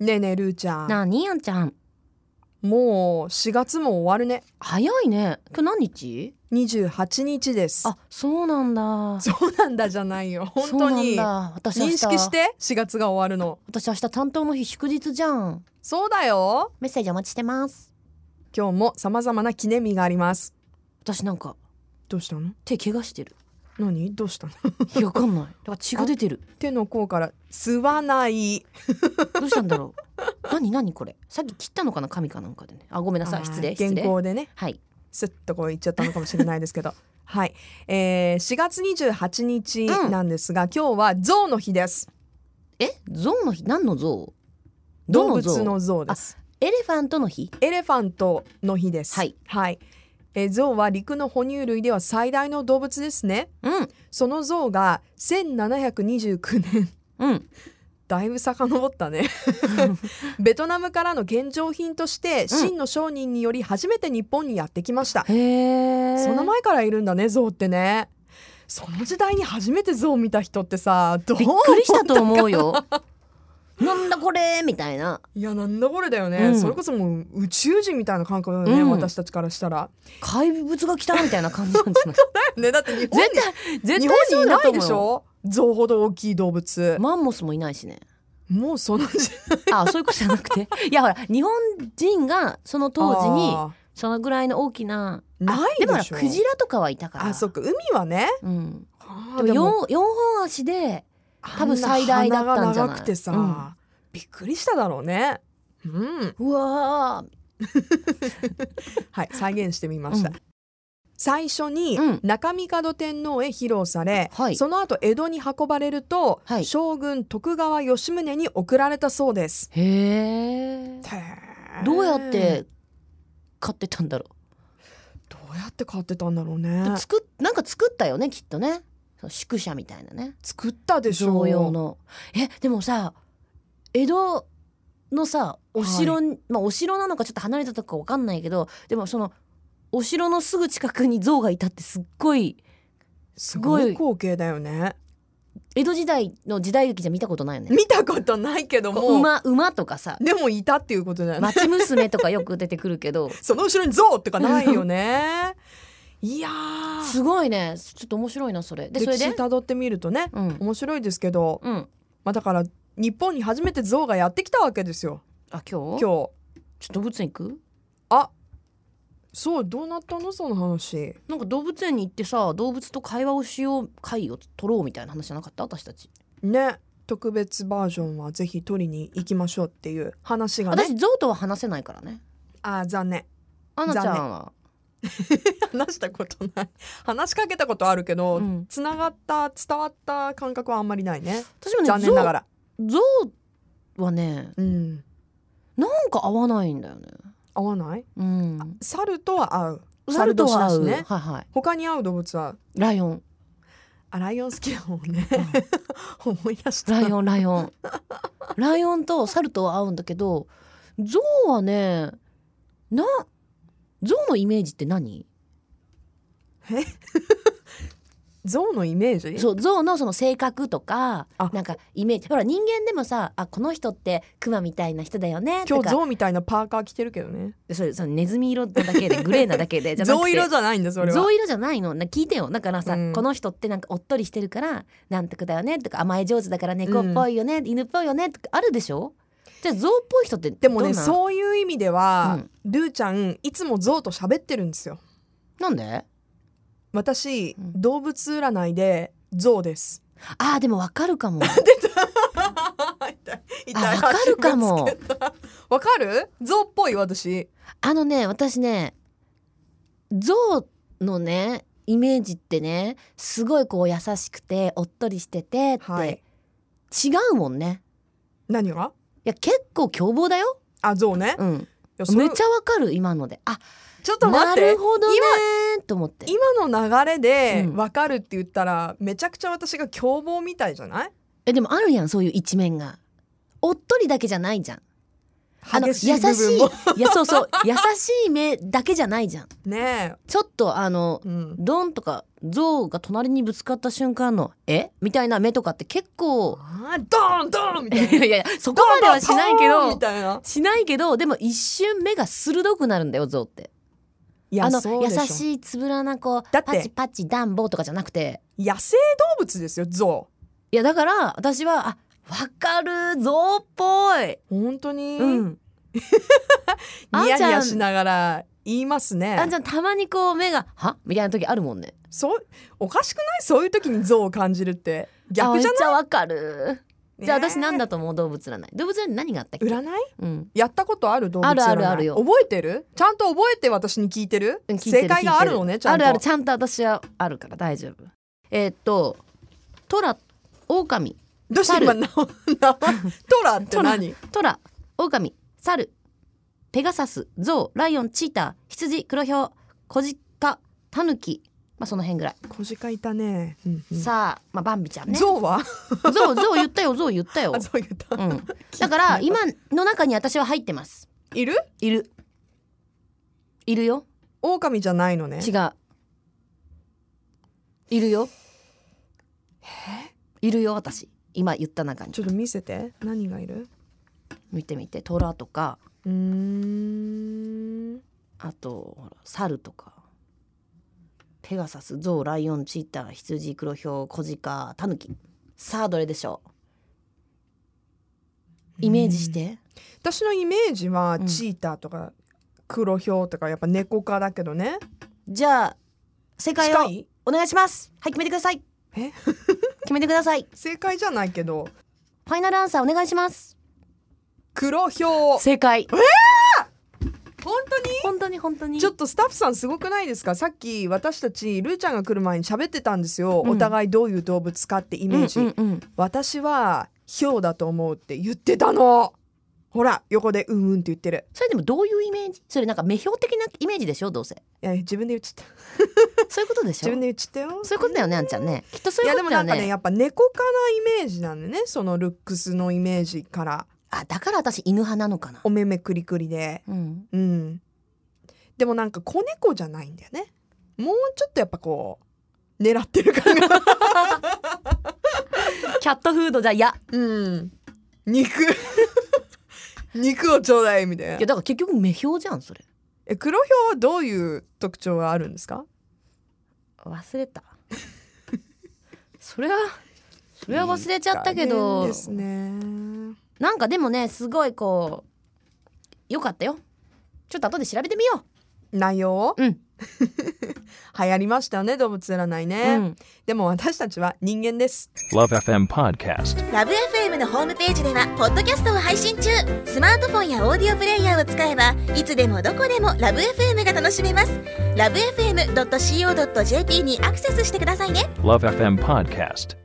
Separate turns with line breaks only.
ねえねえルーちゃん
なあにやんちゃん
もう4月も終わるね
早いね今日何日
28日です
あそうなんだ
そうなんだじゃないよ本
そ
当
うなん
に
だ私明日
認識して4月が終わるの
私明日担当の日祝日じゃん
そうだよ
メッセージお待ちしてます
今日も様々な記念日があります
私なんか
どうしたの
手怪我してる
何どうしたの
いやわか んないだから血が出てる
手の甲から吸わない
どうしたんだろう何何これさっき切ったのかな髪かなんかでねあごめんなさい失
あ
礼
ー
失
原
礼
稿でね
はい
スッとこういっちゃったのかもしれないですけど はい、えー、4月28日なんですが、今日は象の日です
え象の日何の象ど
動
の象
物の象です
エレファントの日
エレファントの日です。
はい。
えー象は陸の哺乳類では最大の動物ですね。
うん
その象が1729年。
うん
だいぶ遡った ねベトナムからの献上品として秦の商人により初めて日本にやってきました、
へえ
そ の前からいるんだね象ってねその時代に初めて象を見た人ってさどう
びっくりしたと思うよなんだこれみたいない
やなんだこれだよね、
うん
それこそもう宇宙人みたいな感覚だよね、
うん
私たちからしたら
怪物が来たみたいな感じなんじゃ ない
ねだって日本に
絶対絶
日
対
本
そ
に
う
い
だ
な
と
い
思う
でしょ象ほど大きい動物、
マンモスもいないしね
もうその時
あそういうことじゃなくて いやほら日本人がその 当時にそのぐらいの大きなあ
ないでしょ
もほらクジラとかはいたから
ああそっか海はね
うん、
あ
で
ー
も
でも
四四本足で多分最大だったんじゃ
あな鼻が
ない
長くてさ、
うん
びっくりしただろうねうん
うわ
はい再現してみました、
うん
最初に
うん
中三門天皇へ披露され、
はい
その後江戸に運ばれると、
はい
将軍徳川吉宗に送られたそうです
ーへえ
へー
どうやって買ってたんだろ
どうやって買ってたんだろう
う、
ね
作っなんか作ったよねきっとねその宿舎みたいなね
作ったでしょ
常
う
用のえでもさ江戸のさお城、まあお城なのかちょっと離れたとこかわかんないけどでもそのお城のすぐ近くに像がいたってすっごい
すご
す
い
ごい
光景だよね
江戸時代の時代劇じゃ見たことないよね
見たことないけど
こ
も
う馬馬とかさ
でもいたっていうことだよね、
町娘とかよく出てくる けど
その後ろに象とかないよ ねいやー
すごいねちょっと面白いなそれでそ
歴
れ
史
で
たどってみるとね
うん
面白いですけど、
うん
まあ、だから日本に初めて象がやってきたわけですよ
あ今日ちょっ
今日
と動物園行く
そうどうなったのその話
なんか動物園に行ってさ動物と会話をしよう会を取ろうみたいな話じゃなかった私たち
ね特別バージョンはぜひ取りに行きましょうっていう話がね
私象とは話せないからね
あー残念
アナちゃんは
話したことない話しかけたことあるけど、
うん
つながった伝わった感覚はあんまりないね
私もね
残念ながら
象象はね
うん
なんか合わないんだよね
合わない
うん
猿とは合う
猿とは合
猿
う、
年だしね
はいは
他に合う動物はい
ライオン
あライオン好きだもんね、 思い出した
ライオンライオン ライオンと猿とは合うんだけど象はねな象のイメージって何
象のイメージ
そう象のその性格とか
あ
なんかイメージほら人間でもさあこの人ってクマみたいな人だよね
今
と
日
か
象みたいなパーカー着てるけどね
それそのネズミ色なだけでグレーなだけでじゃなく
象
て
色じゃないんだそれは
象色じゃないのな聞いてよだからさ、
うん
この人ってなんかおっとりしてるからなんとかだよねとか甘え上手だから猫っぽいよね、犬っぽいよねとかあるでしょじゃあ象っぽい人って
でも
ど
ね
んな
そういう意味では、ルーちゃんいつも象と喋ってるんですよ
なんで
私、
うん
動物占いで象です
あーでもわかるかも
痛
あわかるかも
足がつけたわかる象っぽい私
あのね私ね象のねイメージってねすごいこう優しくておっとりしててって、
はい
違うもんね
何が
いや結構凶暴だよ、
あ象ね、い
うん、
やそれ
めちゃわかる今のであ
ちょっと待
な
って
るほどねーと思って
今の流れで
うん
分かるって言ったら、めちゃくちゃ私が凶暴みたいじゃない
えでもあるやんそういう一面がおっとりだけじゃないじゃんあの優
激
し
しい部分
い
も
いやそうそう優しい目だけじゃないじゃん
ね
ちょっとあの
え、うん、
ドンとか象が隣にぶつかった瞬間の「えみたいな目とかって結構
あードーンドーンみ
い
たい
や
ない
やいやそこまではしないけ
ドーンドーンみ
ど
たいな
しないけどでも一瞬目が鋭くなるんだよ象って
いや
あの
そう
優
でしょ
しいつぶらな子
だ
パ
って
チパチ暖房とかじゃなくて
野生動物ですよ象
いやだから私はあわかる象っぽい、
本当に、
うん、 あん
ニ
ち
ヤ
ゃん
ニヤしながら言いますね
あんちゃんたまにこう目が「はみたいな時あるもんね
そうおかしくないそういう時に象を感じるって逆じゃ
あめっ
な
ちゃわかる
い
じゃあ私なん
だ
だと思う動物占い動物占い何があったっけ、
占い
うん、
やったことある動物占い
あるあるあるよ
覚えてるちゃんと覚えて私に聞いてる
聞いてる
正解があるのねちゃんと
あるあるちゃんと私はあるから大丈夫えーっとトラオオカミ
どうして今名前名前トラって何
トラオオカミサルペガサスゾウライオンチーター羊黒ヒョウコジカタヌキまあその辺ぐらい、
小鹿いたね、うんうん
さあ、まあ、バンビちゃんねゾ
象は
ウゾウ言ったよゾウ言ったよ
あ、そう言った、
うん、 だから今の中に私は入ってます
いる
いるいるよ
狼じゃないのね
違ういるよいるよ私今言った中に
ちょっと見せて何がいる
見てみてトラとか
うーん
あとほら猿とかペガサスゾウライオンチーター羊黒ヒョウ小鹿タヌキさあどれでしょうイメージして
私のイメージは
うん
チーターとか黒ヒョウとかやっぱ猫科だけどね
じゃあ正解
近
を
い
お願いしますはい決めてください
え
決めてください
正解じゃないけど
ファイナルアンサーお願いします
黒ヒョウ
正解
本当に
本当に本当に
ちょっとスタッフさんすごくないですかさっき私たちルーちゃんが来る前に喋ってたんですよ、
うん
お互いどういう動物かってイメージ、
うんうんうん
私はヒョウだと思うって言ってたのほら横でうんうんって言ってる
それでもどういうイメージそれなんか目標的なイメージでしょどうせ
いや自分で言っちゃった
そういうことでし
自
ょ
分で言っちゃったよ
そういうことだよねあんちゃんねきっとそう
い
いう
や
こ
で
と
もな
だよ
んかね
ね
やっぱ猫科なイメージなんでねそのルックスのイメージから
あだから私犬派なのかな
お目目くりくりで
うん
うんでもなんか子猫じゃないんだよねもうちょっとやっぱこう狙ってる感が
キャットフードじゃいや
うん 肉肉をちょうだいみたいない
やだから結局目標じゃんそれ
え黒ひょうはどういう特徴があるんですか
忘 れたそれはそれは忘れちゃったけど
いいですね
なんかでもねすごいこうよかったよちょっと後で調べてみよ
内容
ううん、
流行りましたよね動物占いね、
うん、
でも私たちは人間です
Love FM Podcast.
ラブ f m のホームページではポッドキャストを配信中スマートフォンやオーディオプレイヤーを使えばいつでもどこでもラブ f m が楽しめますラブ FM.co.jp にアクセスしてくださいね
Love FM Podcast.